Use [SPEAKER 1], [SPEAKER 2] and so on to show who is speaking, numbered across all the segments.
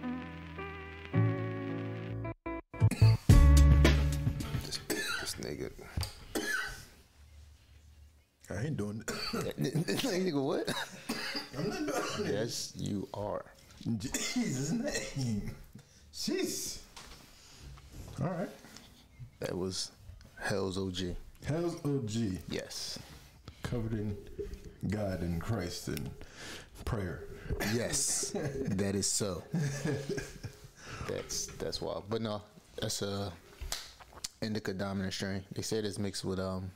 [SPEAKER 1] nigga.
[SPEAKER 2] I ain't doing it.
[SPEAKER 1] nigga, what?
[SPEAKER 2] I'm not doing it.
[SPEAKER 1] Yes, you are.
[SPEAKER 2] In Jesus' name. Jeez. All right.
[SPEAKER 1] That was Hell's OG.
[SPEAKER 2] Hell's OG.
[SPEAKER 1] Yes.
[SPEAKER 2] Covered in God and Christ and prayer.
[SPEAKER 1] Yes. that is so. That's that's wild. But no, that's a indica dominant strain. They said it's mixed with um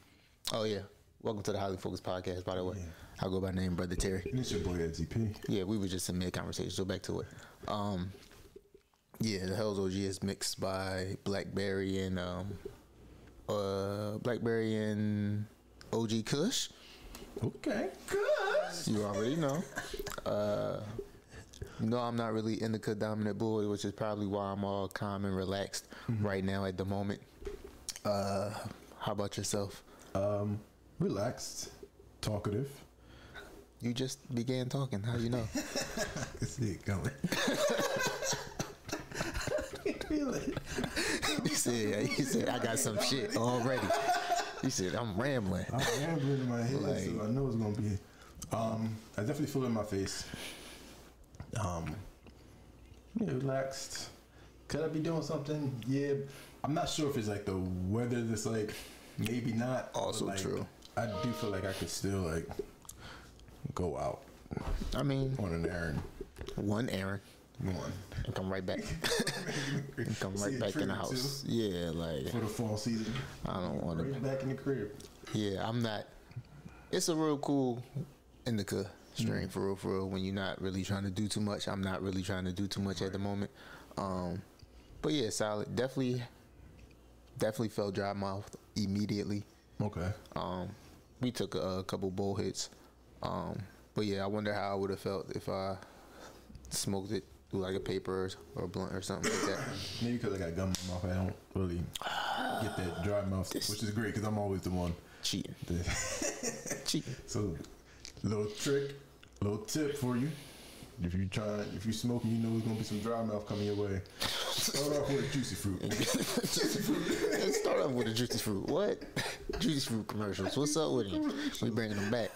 [SPEAKER 1] oh yeah. Welcome to the Highly Focused Podcast, by the way. I'll go by name Brother Terry.
[SPEAKER 2] And it's your boy LTP.
[SPEAKER 1] Yeah, we were just in mid conversation, so back to it. Um yeah, the Hell's OG is mixed by Blackberry and um uh Blackberry and OG Kush.
[SPEAKER 2] Okay. Good.
[SPEAKER 1] You already know. Uh, no, I'm not really indica dominant boy, which is probably why I'm all calm and relaxed right now at the moment. Uh, how about yourself?
[SPEAKER 2] Um, relaxed, talkative.
[SPEAKER 1] You just began talking. How you know?
[SPEAKER 2] I can see it going. I can feel it.
[SPEAKER 1] you said you said I got some shit already. You said I'm rambling.
[SPEAKER 2] I'm rambling in my head,
[SPEAKER 1] Like-
[SPEAKER 2] so I know it's gonna be. Um, I definitely feel it in my face. Um, yeah, relaxed. Could I be doing something? Yeah, I'm not sure if it's like the weather that's like, maybe not. but,
[SPEAKER 1] Also
[SPEAKER 2] like,
[SPEAKER 1] true.
[SPEAKER 2] I do feel like I could still like go out
[SPEAKER 1] I mean,
[SPEAKER 2] on an errand.
[SPEAKER 1] one errand
[SPEAKER 2] One
[SPEAKER 1] and come right back. And come right
[SPEAKER 2] See a
[SPEAKER 1] back in
[SPEAKER 2] tree
[SPEAKER 1] the
[SPEAKER 2] or
[SPEAKER 1] house. Yeah, like
[SPEAKER 2] for the fall season.
[SPEAKER 1] I don't want to
[SPEAKER 2] Right back in the crib.
[SPEAKER 1] Yeah, I'm not. It's a real cool indica strain for real, for real. When you're not really trying to do too much, I'm not really trying to do too much at the moment. Um, but yeah, solid. Definitely, definitely felt dry mouth immediately.
[SPEAKER 2] Okay.
[SPEAKER 1] Um, we took a, a couple bowl hits. Um, but yeah, I wonder how I would have felt if I smoked it through like a paper or, or a blunt or something like that.
[SPEAKER 2] Maybe because I got gum in my mouth, I don't really get that dry mouth, which is great because I'm always the one.
[SPEAKER 1] Cheating,
[SPEAKER 2] That
[SPEAKER 1] cheating.
[SPEAKER 2] So, little trick, little tip for you. If you try, if you smoke, you know there's gonna be some dry mouth coming your way. Start off with a juicy fruit.
[SPEAKER 1] Let's start off with the juicy fruit. What? Juicy fruit commercials. What's up with them? We bringing them back.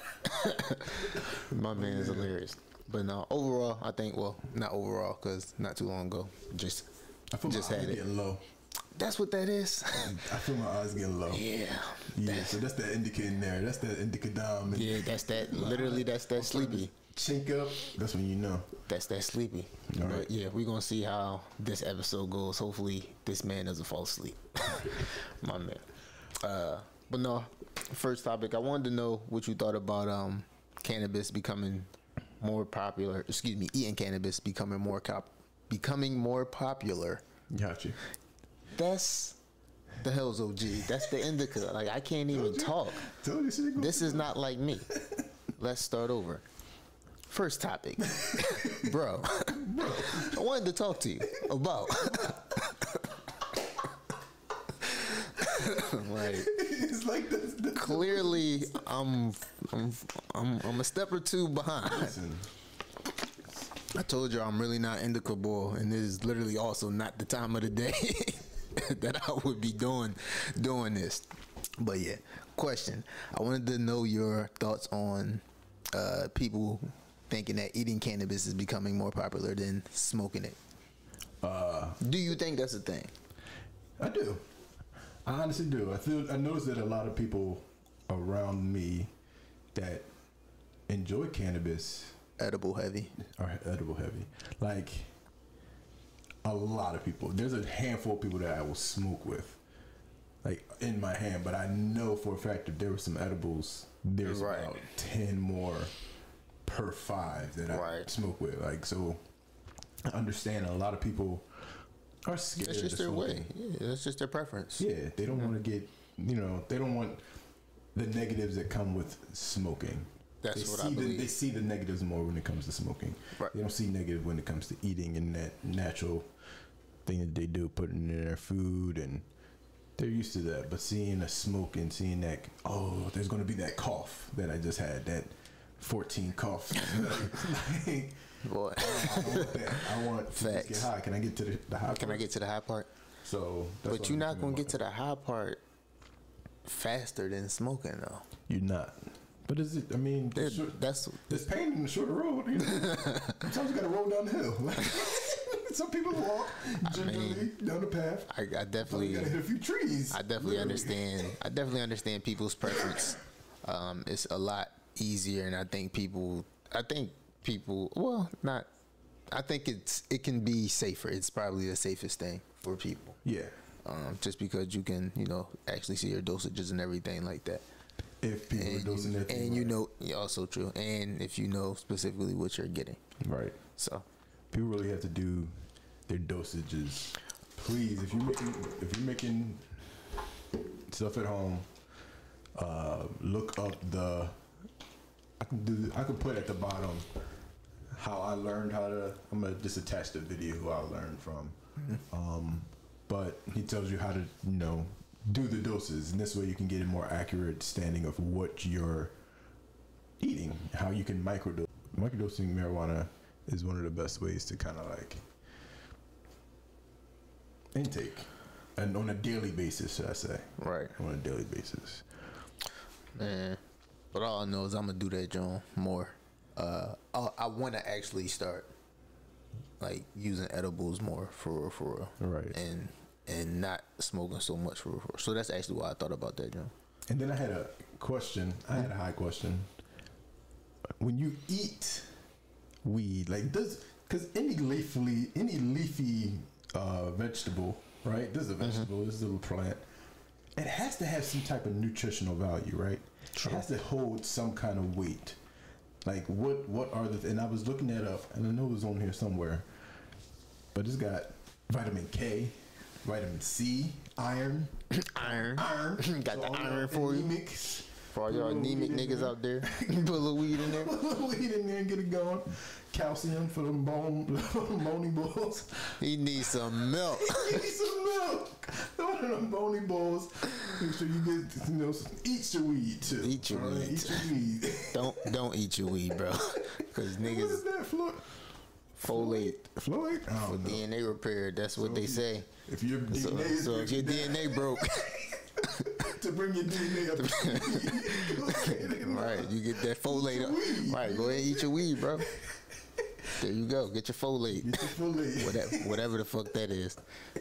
[SPEAKER 1] My man is hilarious. But no, overall, I think well, not overall, cause not too long ago, just
[SPEAKER 2] I feel
[SPEAKER 1] Just
[SPEAKER 2] my eyes
[SPEAKER 1] had it.
[SPEAKER 2] getting low.
[SPEAKER 1] that's what that is.
[SPEAKER 2] I feel my eyes getting low. Yeah,
[SPEAKER 1] yeah,
[SPEAKER 2] so that's that indica in there. That's that indica dime. And
[SPEAKER 1] yeah, that's that. Literally, that's that sleepy.
[SPEAKER 2] Chink up. That's when you know.
[SPEAKER 1] That's that sleepy.
[SPEAKER 2] All
[SPEAKER 1] but
[SPEAKER 2] right.
[SPEAKER 1] yeah, we're gonna see how this episode goes. Hopefully, this man doesn't fall asleep. My man. Uh, but no, first topic. I wanted to know what you thought about um cannabis becoming more popular. Excuse me, eating cannabis becoming more cop, becoming more popular.
[SPEAKER 2] Got you.
[SPEAKER 1] That's the hell's OG. That's the indica. Like I can't even talk.
[SPEAKER 2] Told you, shit
[SPEAKER 1] This is not like me. Let's start over. First topic, bro. I wanted to talk to you about. like
[SPEAKER 2] it's like this. this-
[SPEAKER 1] clearly, I'm I'm I'm I'm a step or two behind.
[SPEAKER 2] Listen,
[SPEAKER 1] I told you I'm really not indicable, and this is literally also not the time of the day that I would be doing doing this. But yeah, question. I wanted to know your thoughts on uh, people thinking that eating cannabis is becoming more popular than smoking it.
[SPEAKER 2] uh,
[SPEAKER 1] Do you think that's a thing?
[SPEAKER 2] I do. I honestly do. I feel I noticed that a lot of people around me that enjoy cannabis
[SPEAKER 1] Edible heavy.
[SPEAKER 2] are edible heavy. Like a lot of people. There's a handful of people that I will smoke with. Like in my hand, but I know for a fact if there were some edibles, there's
[SPEAKER 1] Right.
[SPEAKER 2] about ten more per five that I
[SPEAKER 1] Right.
[SPEAKER 2] smoke with. Like so I understand a lot of people are scared.
[SPEAKER 1] That's
[SPEAKER 2] of
[SPEAKER 1] just their way.
[SPEAKER 2] smoking.
[SPEAKER 1] Yeah, that's just their preference.
[SPEAKER 2] Yeah, they don't want to get, you know, they don't want the negatives that come with smoking.
[SPEAKER 1] That's
[SPEAKER 2] they
[SPEAKER 1] what
[SPEAKER 2] see
[SPEAKER 1] I
[SPEAKER 2] the, They
[SPEAKER 1] believe.
[SPEAKER 2] see the negatives more when it comes to smoking.
[SPEAKER 1] Right.
[SPEAKER 2] They don't see negative when it comes to eating and that natural thing that they do, putting in their food, and they're used to that. But seeing a smoke and seeing that, oh, there's going to be that cough that I just had, that 14 coughs. like,
[SPEAKER 1] Boy,
[SPEAKER 2] I don't want that. I want to just get
[SPEAKER 1] Facts.
[SPEAKER 2] high. Can I get to the, the high
[SPEAKER 1] can I
[SPEAKER 2] part?
[SPEAKER 1] get to the high part?
[SPEAKER 2] So, that's
[SPEAKER 1] But
[SPEAKER 2] what
[SPEAKER 1] you're
[SPEAKER 2] I'm
[SPEAKER 1] not
[SPEAKER 2] thinking
[SPEAKER 1] gonna
[SPEAKER 2] about.
[SPEAKER 1] get to the high part faster than smoking though.
[SPEAKER 2] You're not. But is it? I mean,
[SPEAKER 1] It-
[SPEAKER 2] sure-
[SPEAKER 1] that's
[SPEAKER 2] There's pain in the short road. You know? Sometimes you gotta roll down the hill. Some people walk gingerly down the path.
[SPEAKER 1] I, I
[SPEAKER 2] Some you
[SPEAKER 1] definitely
[SPEAKER 2] gotta hit a few trees.
[SPEAKER 1] I definitely understand. I definitely understand people's preference. Um, it's a lot easier, and I think people. I think people. Well, not. I think it's it can be safer. It's probably the safest thing for people,
[SPEAKER 2] Yeah.
[SPEAKER 1] um, just because you can you know actually see your dosages and everything like that.
[SPEAKER 2] If people are
[SPEAKER 1] And,
[SPEAKER 2] dosing
[SPEAKER 1] you,
[SPEAKER 2] that thing
[SPEAKER 1] and you
[SPEAKER 2] right.
[SPEAKER 1] know, yeah, also true. And if you know specifically what you're getting,
[SPEAKER 2] Right.
[SPEAKER 1] so
[SPEAKER 2] People really have to do their dosages. Please, if you're making if you're making stuff at home, uh, look up the. I can do. I can put at the bottom how I learned how to. I'm gonna just attach the video who I learned from. Um, but he tells you how to, you know, do the doses, and this way you can get a more accurate standing of what you're eating, how you can microdose. Microdosing marijuana is one of the best ways to kind of like intake, and on a daily basis, should I say?
[SPEAKER 1] right,
[SPEAKER 2] On a daily basis.
[SPEAKER 1] man. But all I know is I'm gonna do that, John, more. Uh, I, I want to actually start like using edibles more for real, for real.
[SPEAKER 2] Right.
[SPEAKER 1] and and not smoking so much for, for so that's actually why I thought about that, John.
[SPEAKER 2] And then I had a question. I had a high question. When you eat weed, like does because any leafy any leafy uh, vegetable, right? This is a vegetable. This is a little plant. It has to have some type of nutritional value, right? It has to hold some kind of weight. Like what? What are the? And I was looking that up, and I know it was on here somewhere. But it's got vitamin K, vitamin C, iron,
[SPEAKER 1] Iron
[SPEAKER 2] iron.
[SPEAKER 1] Got the
[SPEAKER 2] all y'all
[SPEAKER 1] iron for you.
[SPEAKER 2] anemics,
[SPEAKER 1] for all y'all
[SPEAKER 2] put a little
[SPEAKER 1] anemic
[SPEAKER 2] weed in
[SPEAKER 1] niggas
[SPEAKER 2] there.
[SPEAKER 1] out there, put a little weed in there.
[SPEAKER 2] Put a little weed in there and get it going. Calcium for them bone, for them bony bulls.
[SPEAKER 1] He needs some milk.
[SPEAKER 2] Give me some milk. One of them bony bulls. Make sure you get, you know, some- eat your weed too.
[SPEAKER 1] Eat your
[SPEAKER 2] all right?
[SPEAKER 1] weed.
[SPEAKER 2] Eat your weed.
[SPEAKER 1] Don't don't eat your weed, bro, because
[SPEAKER 2] what is
[SPEAKER 1] niggas
[SPEAKER 2] that, Floyd?
[SPEAKER 1] folate
[SPEAKER 2] Floyd? I
[SPEAKER 1] for
[SPEAKER 2] don't know.
[SPEAKER 1] DNA repair. That's what they say.
[SPEAKER 2] If your DNA
[SPEAKER 1] So,
[SPEAKER 2] is
[SPEAKER 1] so if your DNA broke,
[SPEAKER 2] to bring your DNA up, to
[SPEAKER 1] right, you get that folate. Up. Right, go ahead and eat your weed, bro. There you go. Get your folate.
[SPEAKER 2] Get your folate.
[SPEAKER 1] Whatever, whatever the fuck that is.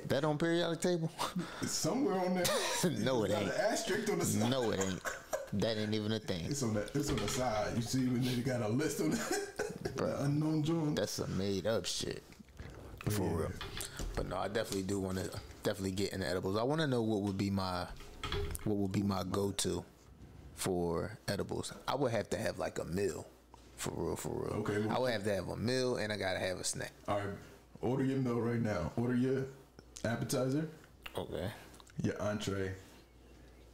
[SPEAKER 1] That on periodic table?
[SPEAKER 2] It's somewhere on there.
[SPEAKER 1] No, it
[SPEAKER 2] Got
[SPEAKER 1] ain't.
[SPEAKER 2] An asterisk on the side.
[SPEAKER 1] No, it ain't. That ain't even a thing.
[SPEAKER 2] It's on the it's on the side. You see when they got a list on the, the unknown joint.
[SPEAKER 1] That's some made up shit. For
[SPEAKER 2] Yeah.
[SPEAKER 1] real. But no, I definitely do want to definitely get into edibles. I want to know what would be my what would be my go to for edibles. I would have to have like a meal. For real, for real.
[SPEAKER 2] Okay, well-
[SPEAKER 1] I would have to have a meal and I gotta have a snack.
[SPEAKER 2] All right, order your meal right now. Order your appetizer,
[SPEAKER 1] Okay.
[SPEAKER 2] your entree,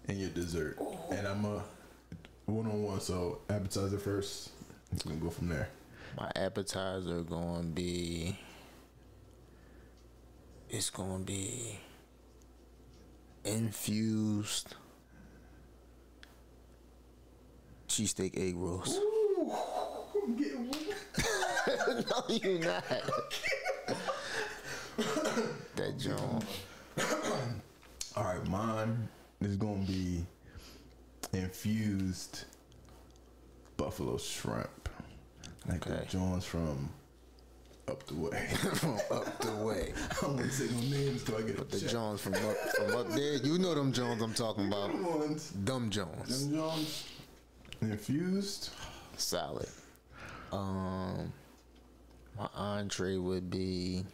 [SPEAKER 2] and your dessert. And I'm a one on one. So appetizer first. We gonna go from there.
[SPEAKER 1] My appetizer gonna be. It's gonna be infused cheesesteak egg rolls.
[SPEAKER 2] Ooh, I'm getting one.
[SPEAKER 1] no, you not. that John.
[SPEAKER 2] All right, mine is gonna be infused buffalo shrimp, like the
[SPEAKER 1] Okay.
[SPEAKER 2] Johns from up the way.
[SPEAKER 1] From up the way.
[SPEAKER 2] I won't say no names till I get
[SPEAKER 1] The
[SPEAKER 2] a check.
[SPEAKER 1] Jones from up from up there. You know them Jones I'm talking about.
[SPEAKER 2] Them ones.
[SPEAKER 1] Dumb Jones.
[SPEAKER 2] Them Johns infused.
[SPEAKER 1] Solid. Um, my entree would be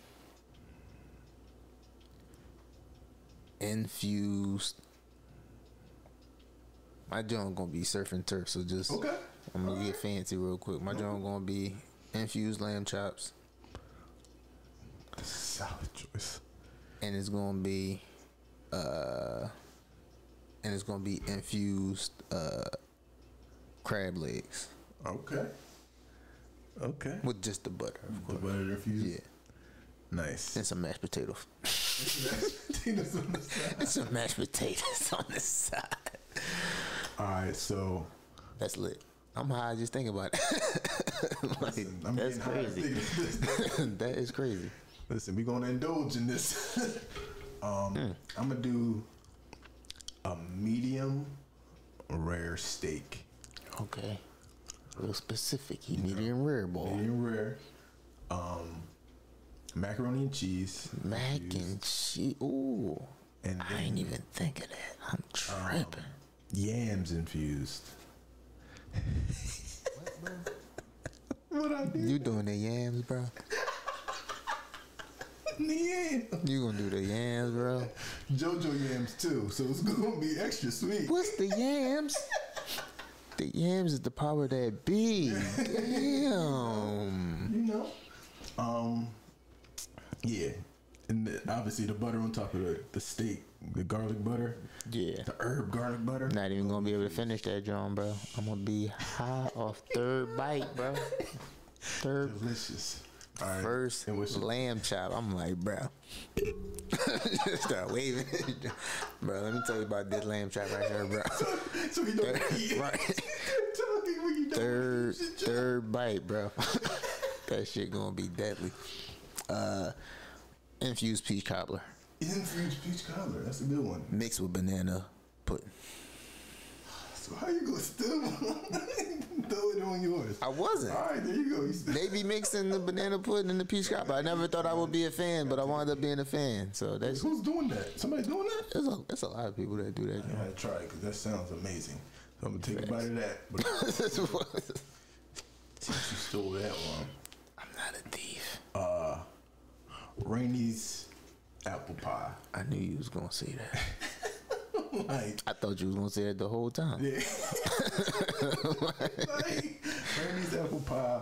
[SPEAKER 1] infused. My joint gonna be surfing turf, so just
[SPEAKER 2] Okay.
[SPEAKER 1] I'm gonna get fancy real quick. My joint gonna be infused lamb chops,
[SPEAKER 2] Solid choice.
[SPEAKER 1] and it's gonna be uh, and it's gonna be infused uh, crab legs
[SPEAKER 2] Okay. Okay.
[SPEAKER 1] with just the butter, of
[SPEAKER 2] The
[SPEAKER 1] course.
[SPEAKER 2] butter infused.
[SPEAKER 1] Yeah,
[SPEAKER 2] Nice.
[SPEAKER 1] and some mashed potatoes.
[SPEAKER 2] Tina's on the side.
[SPEAKER 1] Some mashed potatoes on the side.
[SPEAKER 2] All right, so
[SPEAKER 1] That's lit. I'm high just thinking about it. Like,
[SPEAKER 2] listen, I'm
[SPEAKER 1] that's
[SPEAKER 2] getting high
[SPEAKER 1] crazy.
[SPEAKER 2] thinking this.
[SPEAKER 1] that is crazy.
[SPEAKER 2] Listen,
[SPEAKER 1] Hmm.
[SPEAKER 2] we're gonna indulge in this. um, I'm gonna do a medium rare steak.
[SPEAKER 1] Okay. Real specific. He medium rare, boy.
[SPEAKER 2] Medium rare. Um, macaroni and cheese.
[SPEAKER 1] Mac and cheese. Ooh.
[SPEAKER 2] And
[SPEAKER 1] I ain't even think of that. I'm tripping.
[SPEAKER 2] yams infused. Um,
[SPEAKER 1] you doing the yams, bro?
[SPEAKER 2] Yeah.
[SPEAKER 1] You gonna do the yams, bro?
[SPEAKER 2] Jojo yams too, so it's gonna be extra sweet.
[SPEAKER 1] What's the yams? the yams is the power that be. Damn.
[SPEAKER 2] You know. Um. Yeah, and the, obviously the butter on top of the, the steak, the garlic butter,
[SPEAKER 1] Yeah.
[SPEAKER 2] the herb garlic butter.
[SPEAKER 1] Not even gonna be able to finish that, John, bro. I'm gonna be high off third bite, bro. Third
[SPEAKER 2] Delicious. All right.
[SPEAKER 1] first
[SPEAKER 2] And what's your-
[SPEAKER 1] lamb chop. I'm like, bro. Start waving, bro. Let me tell you about this lamb chop right here, bro.
[SPEAKER 2] so you don't eat.
[SPEAKER 1] right,
[SPEAKER 2] Talking when you don't
[SPEAKER 1] third
[SPEAKER 2] eat.
[SPEAKER 1] third bite, bro. that shit gonna be deadly. Uh, infused peach cobbler
[SPEAKER 2] Infused peach cobbler. That's a good one.
[SPEAKER 1] mixed with banana pudding.
[SPEAKER 2] So how you gonna steal one? Throw it on yours.
[SPEAKER 1] I wasn't.
[SPEAKER 2] All right, there you go. You still-
[SPEAKER 1] They be mixing the banana pudding and the peach cobbler. I never thought I would be a fan, but I wound up being a fan. So that's
[SPEAKER 2] Who's doing that? Somebody doing that?
[SPEAKER 1] there's a, there's a lot of people that do that.
[SPEAKER 2] I gotta try it because that sounds amazing. So I'm gonna take a bite of that. But since you stole that one,
[SPEAKER 1] I'm not a thief.
[SPEAKER 2] Rainy's apple pie.
[SPEAKER 1] I knew you was gonna say that.
[SPEAKER 2] Like,
[SPEAKER 1] I thought you was gonna say that the whole time.
[SPEAKER 2] yeah. like Rainy's apple pie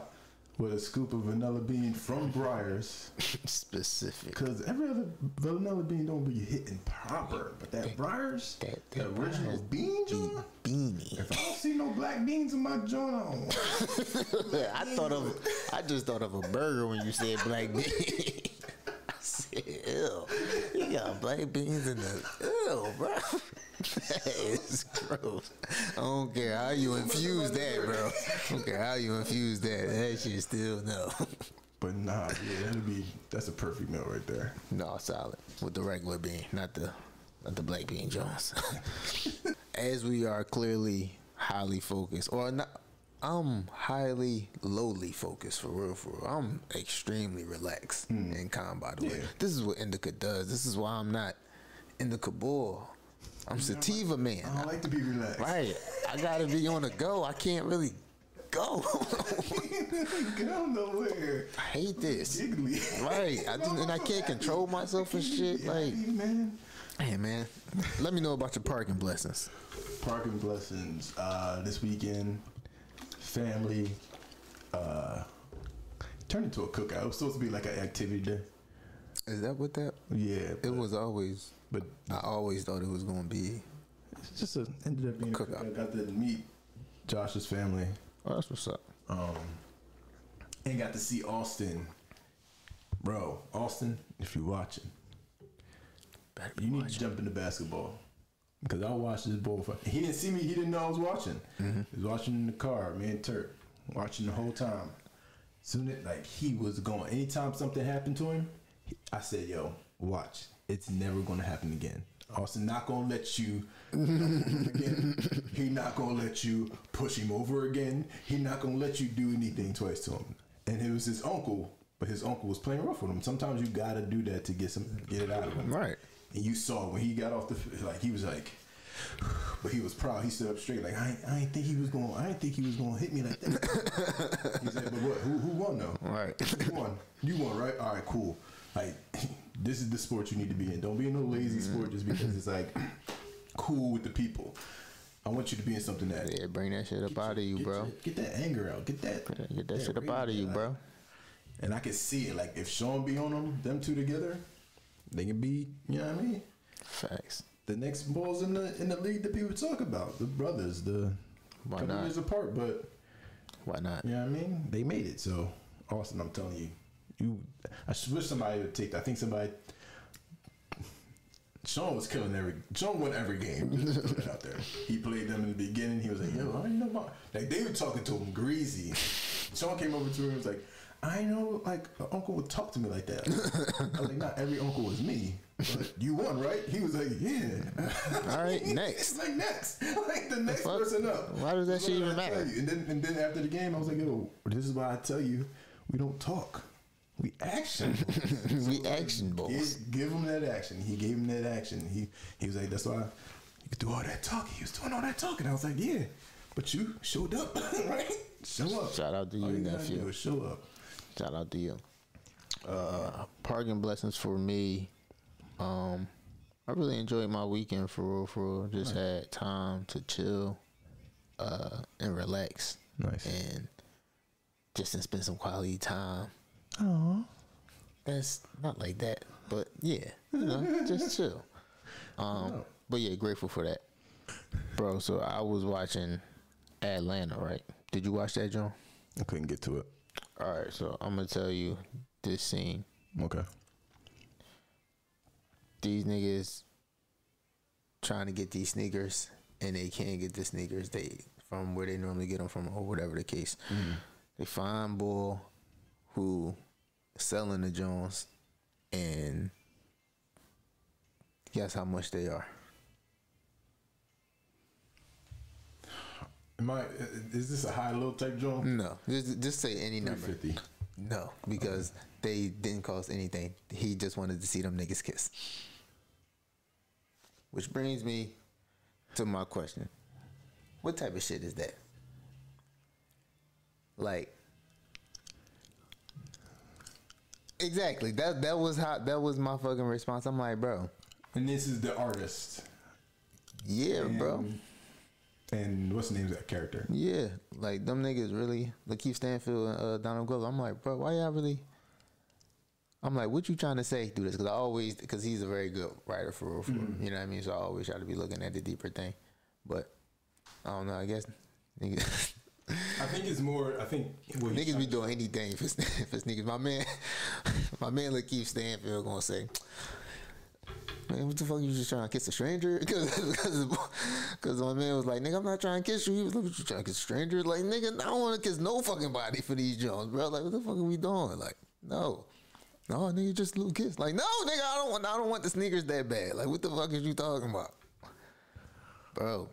[SPEAKER 2] with a scoop of vanilla bean from Briars.
[SPEAKER 1] Specific.
[SPEAKER 2] Cause every other vanilla bean don't be hitting proper, but that Briars,
[SPEAKER 1] that-
[SPEAKER 2] the
[SPEAKER 1] that
[SPEAKER 2] original
[SPEAKER 1] Breyers
[SPEAKER 2] bean joint.
[SPEAKER 1] Beanie.
[SPEAKER 2] If I don't see no black beans in my joint, I don't. want it.
[SPEAKER 1] I thought of I just thought of a burger when you said black bean. I said, ew. You got black beans in the ew, bro. That is gross. I don't care how you infuse that, bro. I don't care how you infuse that. That shit still no.
[SPEAKER 2] But nah, yeah, that'd be that's a perfect meal right there.
[SPEAKER 1] No, solid with the regular bean, not the not the black bean Jones. As we are clearly highly focused, or not, I'm highly lowly focused for real. For real, I'm extremely relaxed and calm. By the way,
[SPEAKER 2] Yeah.
[SPEAKER 1] this is what indica does. This is why I'm not indica bull. I'm sativa man.
[SPEAKER 2] I don't like to be relaxed.
[SPEAKER 1] right? I gotta be on the go. I can't really go.
[SPEAKER 2] Go nowhere.
[SPEAKER 1] I hate this.
[SPEAKER 2] Jiggly.
[SPEAKER 1] Right? I just, and I can't control myself and shit. Like.
[SPEAKER 2] Hey, man.
[SPEAKER 1] Hey man, let me know about your parking blessings.
[SPEAKER 2] Parking blessings. Uh, this weekend, family. Uh, turned into a cookout. It was supposed to be like an activity day.
[SPEAKER 1] Is that what that?
[SPEAKER 2] Yeah,
[SPEAKER 1] It
[SPEAKER 2] but,
[SPEAKER 1] was always.
[SPEAKER 2] but
[SPEAKER 1] I always thought it was gonna be.
[SPEAKER 2] it's just a, ended up being a
[SPEAKER 1] Cookout.
[SPEAKER 2] cookout. Got to meet Josh's family.
[SPEAKER 1] Oh, that's what's up.
[SPEAKER 2] um, and got to see Austin. Bro, Austin, if you're watching,
[SPEAKER 1] Better
[SPEAKER 2] you need to jump into basketball because I watched this Mm-hmm. ball. fi- He didn't see me. He didn't know I was watching. He was watching in the car, me and Turk, watching the whole time. Soon it like he was going. Anytime something happened to him, he- I said, "Yo, watch. It's never gonna happen again." Austin not gonna let you again. He not gonna let you push him over again. He not gonna let you do anything twice to him. And it was his uncle, but his uncle was playing rough with him. Sometimes you gotta do that to get some get it out of him.
[SPEAKER 1] Right.
[SPEAKER 2] And you saw when he got off the f- like he was like, but he was proud. He stood up straight like I ain't, I ain't think he was going. I ain't think he was going to hit me like that. He's like, but what? Who, who won though?
[SPEAKER 1] Right.
[SPEAKER 2] Who won? You won, right? All right, cool. Like this is the sport you need to be in. Don't be in no lazy
[SPEAKER 1] Mm-hmm.
[SPEAKER 2] sport just because it's like cool with the people. I want you to be in something that
[SPEAKER 1] Yeah, bring that shit up out of you,
[SPEAKER 2] get,
[SPEAKER 1] bro.
[SPEAKER 2] your- get that anger out. Get that.
[SPEAKER 1] Get that shit up out of you,
[SPEAKER 2] rage
[SPEAKER 1] bro.
[SPEAKER 2] and I can see it. Like if Sean be on them, them two together, they can be. You know what I mean?
[SPEAKER 1] Facts.
[SPEAKER 2] the next balls in the in the league that people talk about, the brothers, the
[SPEAKER 1] Why
[SPEAKER 2] couple
[SPEAKER 1] not?
[SPEAKER 2] years apart, but
[SPEAKER 1] Why not?
[SPEAKER 2] you know what I mean. They made it. So Austin, I'm telling you, you. I s- wish somebody would take. I think somebody. Sean was killing every. Sean won every game. Just put it out there. He played them in the beginning. He was like, "Yo, I know my." Like they were talking to him greasy. Sean came over to him and was like, "I know, like an uncle would talk to me like that." I was like, "Not every uncle was me." But you won, right? He was like, yeah.
[SPEAKER 1] All right, next.
[SPEAKER 2] It's like next, like the next
[SPEAKER 1] fuck?
[SPEAKER 2] person up.
[SPEAKER 1] Why does that
[SPEAKER 2] What
[SPEAKER 1] shit
[SPEAKER 2] did
[SPEAKER 1] even
[SPEAKER 2] I
[SPEAKER 1] matter?
[SPEAKER 2] tell you? And then, and then after the game, I was like, yo, this is why I tell you, we don't talk, we action.
[SPEAKER 1] we action balls.
[SPEAKER 2] Give, give him that action. He gave him that action. He he was like, that's why you could do all that talking. He was doing all that talking. I was like, yeah, but you showed up, right? Show up.
[SPEAKER 1] Shout out to
[SPEAKER 2] All
[SPEAKER 1] you,
[SPEAKER 2] Oh, gotta
[SPEAKER 1] nephew.
[SPEAKER 2] do is show up.
[SPEAKER 1] Shout out to you. Uh, parking blessings for me. Um, I really enjoyed my weekend for real, for real. Just had time to chill uh, and relax
[SPEAKER 2] Nice.
[SPEAKER 1] and just to spend some quality time.
[SPEAKER 2] Oh,
[SPEAKER 1] That's not like that, but yeah, you know, just chill. Um, but yeah, grateful for that, bro. So I was watching Atlanta, right? Did you watch that, John?
[SPEAKER 2] I couldn't get to it.
[SPEAKER 1] All right, so I'm gonna tell you this scene.
[SPEAKER 2] Okay.
[SPEAKER 1] these niggas trying to get these sneakers and they can't get the sneakers they from where they normally get them from or whatever the case. They find Bull who selling the Jones and guess how much they are.
[SPEAKER 2] Am I? Is this a high low type joint?
[SPEAKER 1] No, just just say any number.
[SPEAKER 2] Fifty.
[SPEAKER 1] No, because they didn't cost anything. He just wanted to see them niggas kiss. Which brings me to my question. What type of shit is that? Like Exactly. That that was how that was my fucking response. I'm like, bro.
[SPEAKER 2] And this is the artist.
[SPEAKER 1] Yeah, bro.
[SPEAKER 2] And- And what's the name of that character?
[SPEAKER 1] Yeah, like them niggas really Lakeith Stanfield and uh, Donald Glover. I'm like, bro, why y'all really? I'm like, what you trying to say through this? Because I always, because he's a very good writer for real, for real. you know what I mean. So I always try to be looking at the deeper thing, but I don't know. I guess niggas,
[SPEAKER 2] I think it's more. I think what he's
[SPEAKER 1] niggas be doing anything for, sn- for sneakers. My man, my man Lakeith Stanfield gonna say. Man, what the fuck you just trying to kiss a stranger? Because my man was like, nigga, I'm not trying to kiss you. He was like, what you trying to kiss a stranger? Like, nigga, I don't want to kiss no fucking body for these Jones, bro. Like, what the fuck are we doing? Like, no. No, nigga, just a little kiss. Like, no, nigga, I don't want I don't want the sneakers that bad. Like, what the fuck is you talking about? Bro.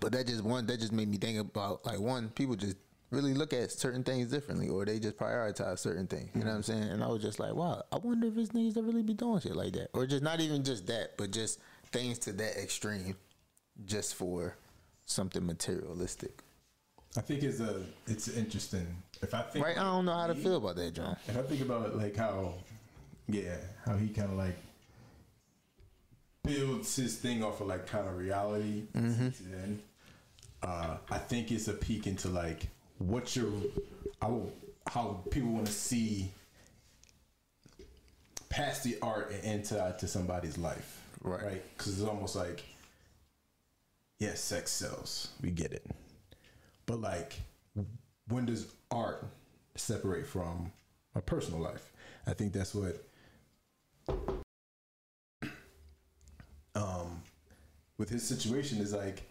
[SPEAKER 1] But that just one that just made me think about like one, people just really look at certain things differently or they just prioritize certain things. You know what I'm saying? And I was just like, wow, I wonder if it's niggas that really be doing shit like that. Or just not even just that, but just things to that extreme just for something materialistic.
[SPEAKER 2] I think it's a it's interesting. If I think
[SPEAKER 1] Right? I don't know how to feel about that, John.
[SPEAKER 2] if I think about it, like how yeah, how he kind of like builds his thing off of like kind of reality. Then uh, I think it's a peek into like what your how how people want to see past the art and into uh, to somebody's life,
[SPEAKER 1] Right.
[SPEAKER 2] Because it's almost like yeah, sex sells. We get it, but like, when does art separate from my personal life? I think that's what um, with his situation is like,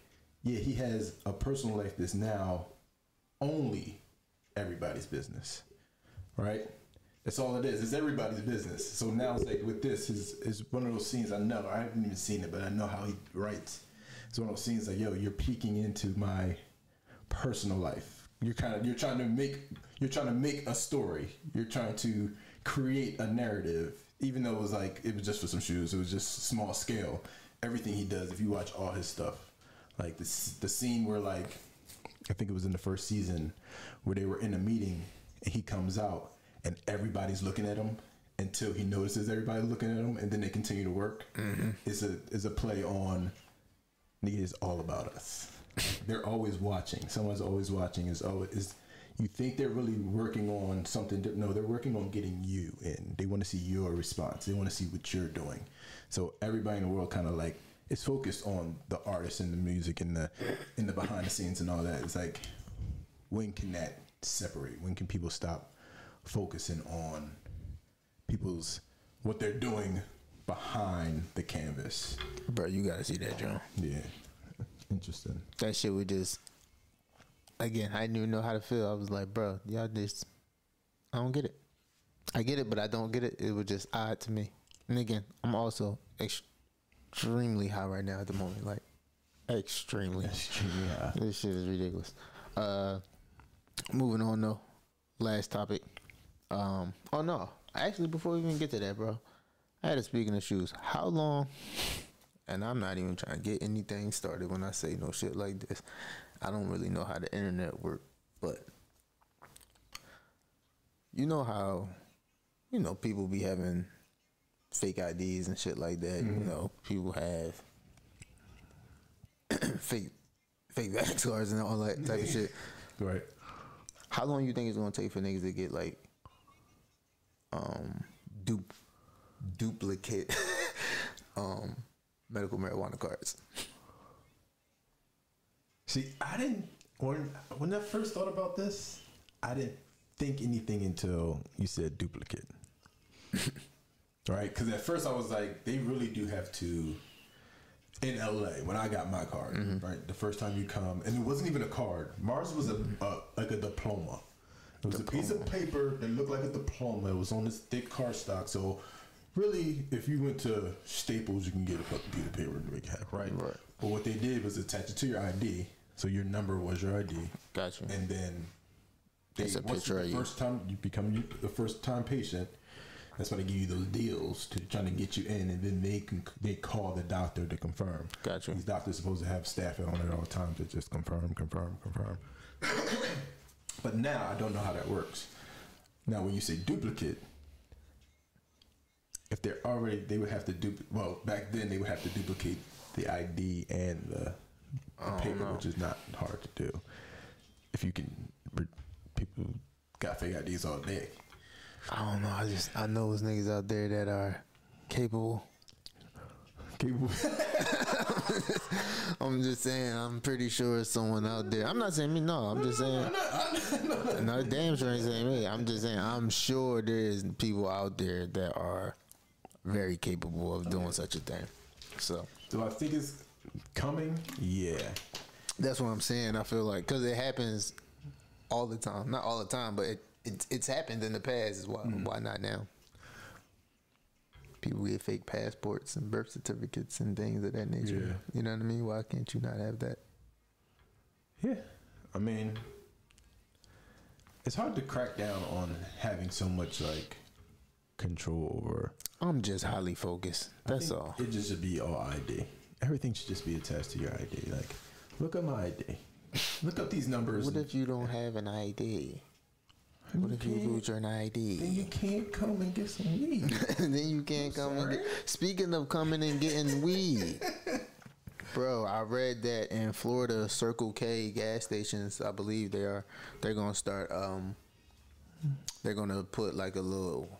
[SPEAKER 2] yeah, he has a personal life that's now only everybody's business, right? That's all it is. It's everybody's business. So now it's like with this is is one of those scenes I know. I haven't even seen it, but I know how he writes. It's one of those scenes like, yo, you're peeking into my personal life. You're kind of you're trying to make you're trying to make a story. You're trying to create a narrative, even though it was like it was just for some shoes. It was just small scale. Everything he does, if you watch all his stuff, like the s- the scene where like I think it was in the first season where they were in a meeting and he comes out and everybody's looking at him until he notices everybody looking at him and then they continue to work. It's a it's a play on nigga is all about us. They're always watching. Someone's always watching. Is always is. You think they're really working on something? di- No, they're working on getting you in. They want to see your response. They want to see what you're doing. So everybody in the world kind of like is focused on the artist and the music and the and the behind the scenes and all that. It's like when can that separate? When can people stop focusing on people's what they're doing behind the canvas?
[SPEAKER 1] Bro, you gotta see that, John.
[SPEAKER 2] Yeah, interesting.
[SPEAKER 1] that shit was just again i didn't even know how to feel i was like bro y'all just i don't get it i get it but i don't get it it was just odd to me And again, I'm also extremely high right now at the moment. Like, extremely.
[SPEAKER 2] yeah.
[SPEAKER 1] This shit is ridiculous. Uh, moving on though. Last topic. Um. Oh no. Actually, before we even get to that, bro, I had a speaking of shoes. How long? And I'm not even trying to get anything started when I say no shit like this. I don't really know how the internet work, but you know how, you know, people be having fake IDs and shit like that. You know, people have fake fake vax cards and all that type of shit.
[SPEAKER 2] Right.
[SPEAKER 1] How long you think it's gonna take for niggas to get like um dupe duplicate um medical marijuana cards?
[SPEAKER 2] See, I didn't when when I first thought about this, I didn't think anything until you said duplicate. right? Because at first I was like, they really do have to. In LA, when I got my card,
[SPEAKER 1] Mm-hmm.
[SPEAKER 2] right, the first time you come, and it wasn't even a card. Mars was a,
[SPEAKER 1] Mm-hmm.
[SPEAKER 2] a like a diploma. It was a piece of paper that looked like a diploma. It was on this thick cardstock. So, really, if you went to Staples, you can get a fucking piece of paper and make it happen, right?
[SPEAKER 1] Right.
[SPEAKER 2] But what they did was attach it to your ID. So your number was your ID,
[SPEAKER 1] Gotcha.
[SPEAKER 2] and then they,
[SPEAKER 1] It's a
[SPEAKER 2] once
[SPEAKER 1] picture
[SPEAKER 2] the
[SPEAKER 1] of you.
[SPEAKER 2] First time you become you- the first time patient. That's why they give you those deals to trying to get you in, and then they can they call the doctor to confirm.
[SPEAKER 1] Gotcha.
[SPEAKER 2] These doctors supposed to have staff on at all times to just confirm, confirm, confirm. but now I don't know how that works. Now when you say duplicate, if they're already they would have to duplicate well back then they would have to duplicate the id and the, the paper which is not hard to do if you can re- people got fake ids all day
[SPEAKER 1] I don't know. I just I know those niggas out there that are capable.
[SPEAKER 2] people
[SPEAKER 1] I'm just saying. I'm pretty sure someone out there. I'm not saying me. No, I'm just saying. No, damn sure ain't saying me. I'm just saying. I'm sure there's people out there that are very capable of doing such a thing. So
[SPEAKER 2] do i think it's coming yeah
[SPEAKER 1] That's what I'm saying. I feel like because it happens all the time. Not all the time, but it, it it's happened in the past. Is why
[SPEAKER 2] Mm-hmm.
[SPEAKER 1] why not now? People get fake passports and birth certificates and things of that nature.
[SPEAKER 2] Yeah.
[SPEAKER 1] You know what I mean? Why can't you not have that?
[SPEAKER 2] yeah i mean it's hard to crack down on having so much like control over
[SPEAKER 1] I'm just highly focused. That's
[SPEAKER 2] think
[SPEAKER 1] all.
[SPEAKER 2] It just should be all ID. Everything should just be attached to your ID. Like, look up my ID. Look up these numbers.
[SPEAKER 1] What
[SPEAKER 2] and-
[SPEAKER 1] if you don't have an ID?
[SPEAKER 2] and
[SPEAKER 1] What if you
[SPEAKER 2] can't-
[SPEAKER 1] lose your
[SPEAKER 2] Then
[SPEAKER 1] ID?
[SPEAKER 2] you can't come and get some weed.
[SPEAKER 1] then you can't come and get. Speaking of coming and getting weed, bro, I read that in Florida, Circle K gas stations, I believe they are, they're gonna start. Um, they're gonna put like a little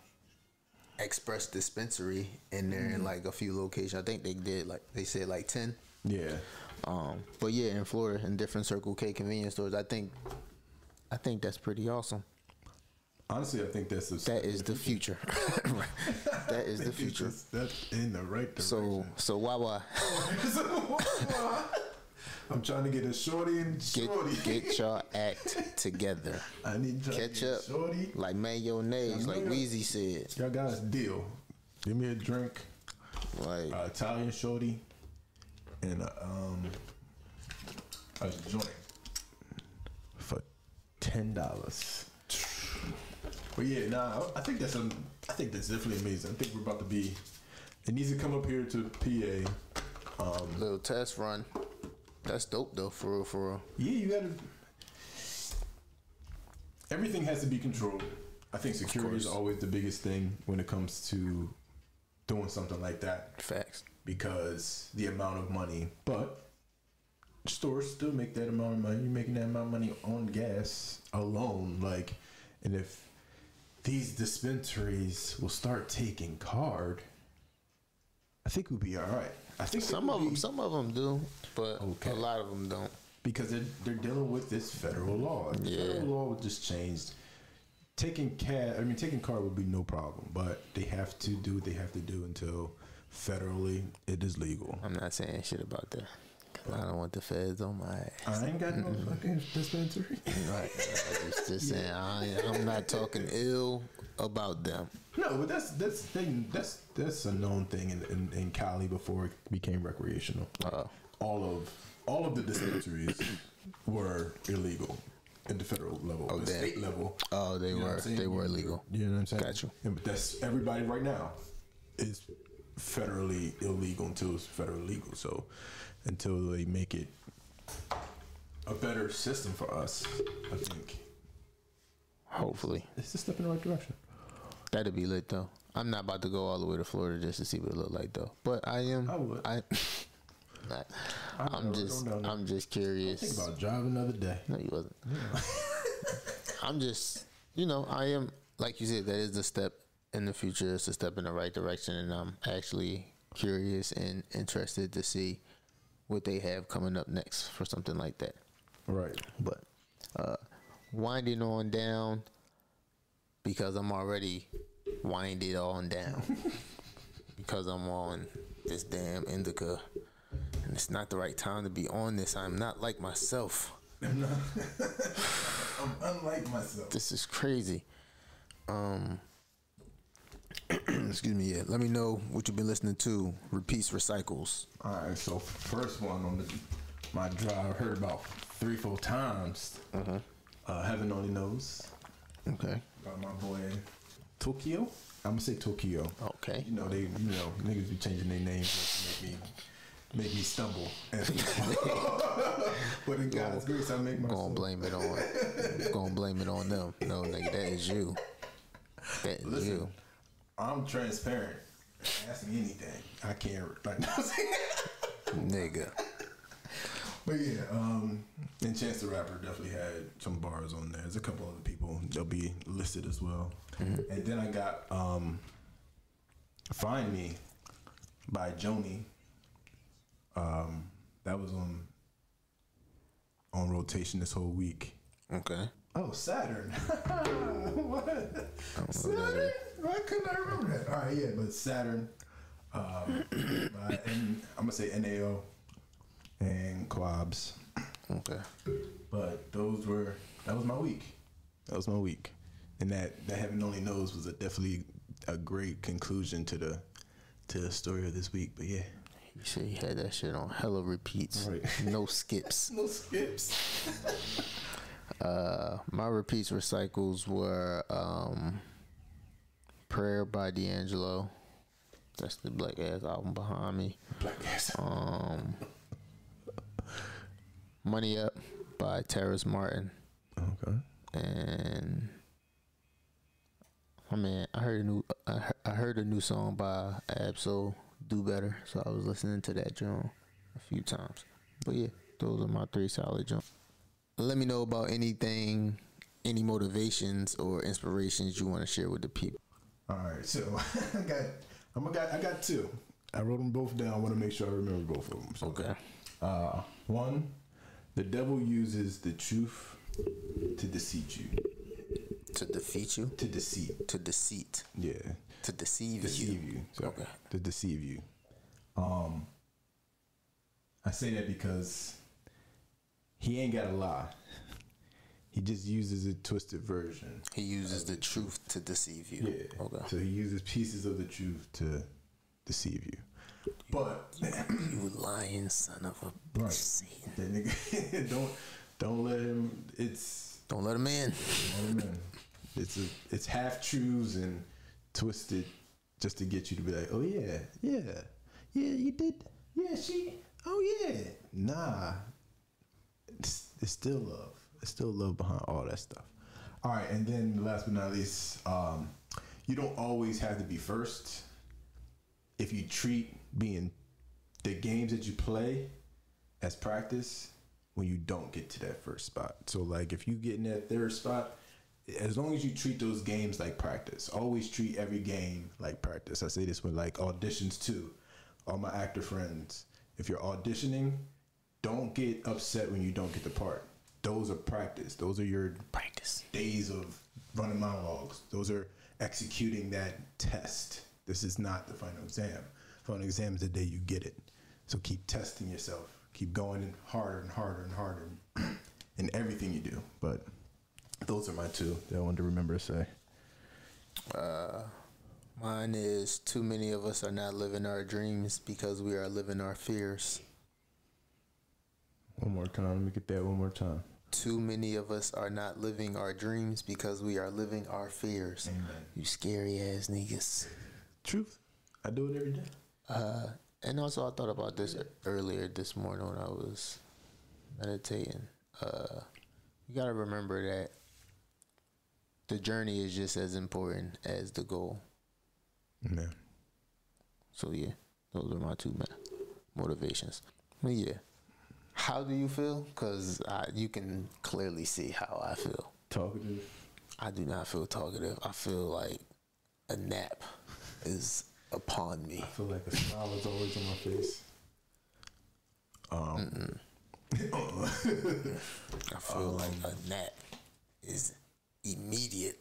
[SPEAKER 1] express dispensary in there in like a few locations. I think they did like they said like ten.
[SPEAKER 2] yeah.
[SPEAKER 1] Um, but yeah, in Florida, in different Circle K convenience stores, I think, I think that's pretty awesome.
[SPEAKER 2] Honestly, I think that's the
[SPEAKER 1] That is the future. that is the future.
[SPEAKER 2] That's in the right
[SPEAKER 1] So
[SPEAKER 2] direction.
[SPEAKER 1] so Wawa,
[SPEAKER 2] I'm trying to get a shorty and
[SPEAKER 1] get
[SPEAKER 2] shorty.
[SPEAKER 1] get y'all act together.
[SPEAKER 2] I need to
[SPEAKER 1] Catch
[SPEAKER 2] get
[SPEAKER 1] up
[SPEAKER 2] Shorty,
[SPEAKER 1] like mayonnaise, like
[SPEAKER 2] Yeah.
[SPEAKER 1] Wheezy said.
[SPEAKER 2] y'all guys deal. Give me a drink.
[SPEAKER 1] Like
[SPEAKER 2] uh, Italian shorty and a, um, a joint for ten dollars. But yeah, nah, I I think that's um, I think that's definitely amazing. I think we're about to be. It needs to come up here to PA.
[SPEAKER 1] little test run. That's dope though, for real, for real.
[SPEAKER 2] Yeah, you gotta. Everything has to be controlled. I think security is
[SPEAKER 1] course.
[SPEAKER 2] always the biggest thing when it comes to doing something like that.
[SPEAKER 1] Facts.
[SPEAKER 2] because the amount of money. But stores still make that amount of money. You're making that amount of money on gas alone. Like, and if these dispensaries will start taking card, I think we'll be all right. I think
[SPEAKER 1] Some
[SPEAKER 2] we'll
[SPEAKER 1] of them,
[SPEAKER 2] be-
[SPEAKER 1] some of them do, but
[SPEAKER 2] Okay.
[SPEAKER 1] a lot of them don't.
[SPEAKER 2] because they're, they're dealing with this federal law. If the
[SPEAKER 1] Yeah.
[SPEAKER 2] federal law was just changed. Taking cash, I mean, taking card would be no problem, but they have to do what they have to do until federally it is legal.
[SPEAKER 1] I'm not saying shit about that. I don't want the feds on my ass.
[SPEAKER 2] I ain't got no fucking dispensary.
[SPEAKER 1] Right. I just, just saying, I, I'm not talking ill about them.
[SPEAKER 2] No, but that's that's thing that's that's a known thing in, in, in Cali before it became recreational.
[SPEAKER 1] Uh-oh.
[SPEAKER 2] All of all of the dispensaries were illegal at the federal level, the
[SPEAKER 1] damn.
[SPEAKER 2] state level.
[SPEAKER 1] Oh, they
[SPEAKER 2] You know what
[SPEAKER 1] were
[SPEAKER 2] I'm saying?
[SPEAKER 1] they were illegal.
[SPEAKER 2] You know what I'm saying?
[SPEAKER 1] Got you.
[SPEAKER 2] And but that's everybody right now is federally illegal until it's federally legal. So until they make it a better system for us, I think
[SPEAKER 1] Hopefully,
[SPEAKER 2] it's a step in the right direction.
[SPEAKER 1] that'd be lit though. I'm not about to go all the way to Florida just to see what it looked like though. But I am.
[SPEAKER 2] I would.
[SPEAKER 1] I, I,
[SPEAKER 2] I don't
[SPEAKER 1] am
[SPEAKER 2] know,
[SPEAKER 1] just.
[SPEAKER 2] don't know.
[SPEAKER 1] I'm just
[SPEAKER 2] Think
[SPEAKER 1] curious.
[SPEAKER 2] about driving another day.
[SPEAKER 1] No, you wasn't. I'm just, you know, I am, like you said, that is the step in the future. It's a step in the right direction. And I'm actually curious and interested to see what they have coming up next for something like that.
[SPEAKER 2] Right.
[SPEAKER 1] But uh, winding on down, because I'm already winded on down, because I'm on this damn indica. And it's not the right time to be on this. I'm not like myself.
[SPEAKER 2] I'm unlike myself.
[SPEAKER 1] this is crazy. Um, excuse me. Yeah, let me know what you've been listening to. Repeats, recycles.
[SPEAKER 2] All right, so first one on the, my drive, heard about three, four times. Uh-huh. Uh, Heaven only knows
[SPEAKER 1] Okay.
[SPEAKER 2] about my boy Tokyo. I'm gonna say Tokyo.
[SPEAKER 1] Okay.
[SPEAKER 2] You know they, you know niggas be changing their names just to make me, make me stumble. but in God's grace, I make
[SPEAKER 1] Gonna
[SPEAKER 2] myself.
[SPEAKER 1] blame it on. gonna blame it on them. No, nigga, that is you. That is
[SPEAKER 2] Listen,
[SPEAKER 1] you.
[SPEAKER 2] I'm transparent. Ask me anything. I can't. Like,
[SPEAKER 1] Nigga.
[SPEAKER 2] But yeah, um, and Chance the Rapper definitely had some bars on there. There's a couple other people they'll be listed as well.
[SPEAKER 1] Mm-hmm.
[SPEAKER 2] And then I got um, "Find Me" by Joni. Um, that was on on rotation this whole week.
[SPEAKER 1] Okay.
[SPEAKER 2] Oh, Saturn. what?
[SPEAKER 1] know what that
[SPEAKER 2] Saturn? Why couldn't I remember that? All right, yeah, but Saturn. Um, by N- I'm going to say NAO and Quabs.
[SPEAKER 1] Okay.
[SPEAKER 2] But those were, that was my week. That was my week. And that, that Heaven Only Knows was a definitely a great conclusion to the to the story of this week. But yeah.
[SPEAKER 1] You said you had that shit on hella repeats.
[SPEAKER 2] Right.
[SPEAKER 1] No skips.
[SPEAKER 2] No skips.
[SPEAKER 1] Uh, my repeats recycles were um, "Prayer" by D'Angelo. That's the Black Ass album behind me.
[SPEAKER 2] Black ass.
[SPEAKER 1] Um, "Money Up" by Terrace Martin,
[SPEAKER 2] Okay.
[SPEAKER 1] and I mean, I heard a new I heard, I heard a new song by Absol, "Do Better," so I was listening to that joint a few times. But yeah, those are my three solid joints. Let me know about anything, any motivations or inspirations you want to share with the people.
[SPEAKER 2] All right, so I got I'm got I got two. I wrote them both down. I want to make sure I remember both of them. So, Uh, one, the devil uses the truth to deceive you,
[SPEAKER 1] To defeat you,
[SPEAKER 2] to deceive.
[SPEAKER 1] to deceit,
[SPEAKER 2] Yeah,
[SPEAKER 1] to deceive, you.
[SPEAKER 2] deceive you. So,
[SPEAKER 1] Okay.
[SPEAKER 2] To deceive you. Um, I say that because he ain't got a lie. He just uses a twisted version.
[SPEAKER 1] He uses the truth to deceive you.
[SPEAKER 2] Yeah.
[SPEAKER 1] Okay.
[SPEAKER 2] So he uses pieces of the truth to deceive you. But
[SPEAKER 1] You lying son of a
[SPEAKER 2] Right.
[SPEAKER 1] bitch.
[SPEAKER 2] That nigga, don't don't let him. It's
[SPEAKER 1] Don't let him in.
[SPEAKER 2] it's a, it's half truths and twisted just to get you to be like, oh yeah, yeah, yeah, you did, yeah, she, oh yeah, nah. It's, it's still love. It's still love behind all that stuff. All right, and then last but not least, um, you don't always have to be first. If you treat being the games that you play as practice when you don't get to that first spot. So like if you get in that third spot, as long as you treat those games like practice, always treat every game like practice. I say this with like auditions too. All my actor friends, if you're auditioning, don't get upset when you don't get the part. Those are practice. Those are your
[SPEAKER 1] Practice.
[SPEAKER 2] days of running monologues. Those are executing that test. This is not the final exam. Final exam is the day you get it. So keep testing yourself. keep going and harder and harder and harder in everything you do. But those are my two that I wanted to remember to say.
[SPEAKER 1] Mine is too many of us are not living our dreams because we are living our fears.
[SPEAKER 2] One more time. Let me get that one more time.
[SPEAKER 1] Too many of us are not living our dreams because we are living our fears.
[SPEAKER 2] Amen.
[SPEAKER 1] You scary ass niggas.
[SPEAKER 2] Truth. I do it every day.
[SPEAKER 1] Uh, and also, I thought about this earlier this morning when I was meditating. Uh, you got to remember that the journey is just as important as the goal.
[SPEAKER 2] Man.
[SPEAKER 1] So, yeah, those are my two ma- motivations. But, yeah. How do you feel? Because you can clearly see how I feel.
[SPEAKER 2] Talkative.
[SPEAKER 1] I do not feel talkative. I feel like a nap is upon me.
[SPEAKER 2] I feel like a smile is always on my face. Um,
[SPEAKER 1] I feel like a nap is immediate.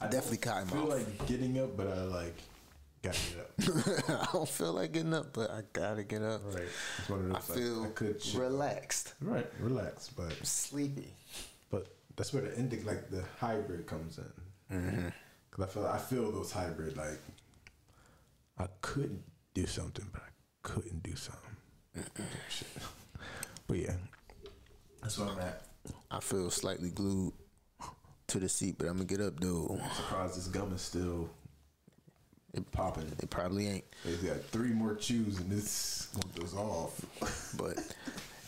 [SPEAKER 2] I
[SPEAKER 1] Definitely
[SPEAKER 2] I
[SPEAKER 1] cotton
[SPEAKER 2] feel
[SPEAKER 1] mouth.
[SPEAKER 2] like getting up, but I like gotta get up.
[SPEAKER 1] I don't feel like getting up, but I gotta get up.
[SPEAKER 2] Right. It's one of
[SPEAKER 1] I
[SPEAKER 2] those. like,
[SPEAKER 1] feel
[SPEAKER 2] I could chill.
[SPEAKER 1] relaxed,
[SPEAKER 2] right. Relax, but
[SPEAKER 1] sleepy.
[SPEAKER 2] but that's where the ending, like the hybrid, comes in.
[SPEAKER 1] Mm-hmm.
[SPEAKER 2] Cause I feel I feel those hybrid like I couldn't do something, but I couldn't do something. Shit. But yeah, that's where I'm at.
[SPEAKER 1] I feel slightly glued to the seat, but I'm gonna get up, though.
[SPEAKER 2] Surprised this gum is still
[SPEAKER 1] It-
[SPEAKER 2] popping.
[SPEAKER 1] It probably ain't,
[SPEAKER 2] They got three more chews and this one goes off.
[SPEAKER 1] but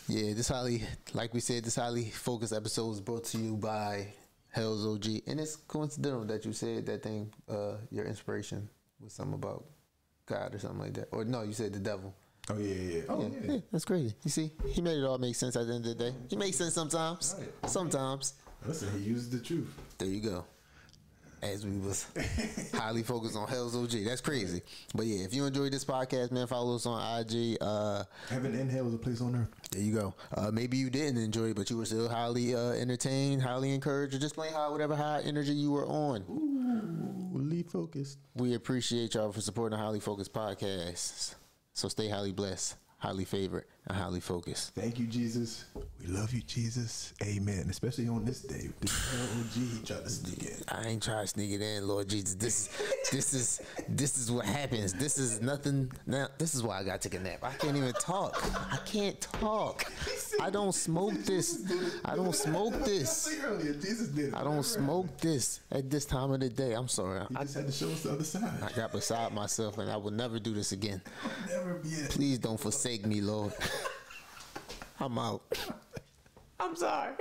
[SPEAKER 1] yeah, this highly, like we said, this highly focused episode is brought to you by Hell's OG, and it's coincidental that you said that thing. Uh, your inspiration was something about God or something like that, or no, you said the devil.
[SPEAKER 2] Oh yeah, yeah. yeah. Oh yeah.
[SPEAKER 1] Yeah, that's crazy. You see, he made it all make sense at the end of the day. He makes sense sometimes.
[SPEAKER 2] Right.
[SPEAKER 1] Sometimes.
[SPEAKER 2] Listen, he used the truth.
[SPEAKER 1] There you go. As we was highly focused on Hell's OG. That's crazy. But yeah, if you enjoyed this podcast, man, follow us on IG. Uh,
[SPEAKER 2] Heaven and hell is a place on earth.
[SPEAKER 1] there you go. Uh, maybe you didn't enjoy it, but you were still highly uh, entertained, highly encouraged, or just plain high, whatever high energy you were on.
[SPEAKER 2] Lead focused.
[SPEAKER 1] We appreciate y'all for supporting Highly Focused Podcast. So stay highly blessed, highly favored, and highly focused.
[SPEAKER 2] Thank you, Jesus. We love you, Jesus. Amen. Especially on this day. This LOG he tried to sneak in.
[SPEAKER 1] I ain't trying to sneak it in, Lord Jesus. This, this is, this is what happens. This is nothing. Now, this is why I got to take a nap. I can't even talk. I can't talk. I don't smoke this. I don't smoke this.
[SPEAKER 2] I said earlier, Jesus did it.
[SPEAKER 1] I don't smoke this at this time of the day. I'm sorry.
[SPEAKER 2] He
[SPEAKER 1] I,
[SPEAKER 2] just had to show us the other side.
[SPEAKER 1] I got beside myself, and I will never do this again.
[SPEAKER 2] Never be it.
[SPEAKER 1] Please don't forsake me, Lord. I'm out. I'm sorry.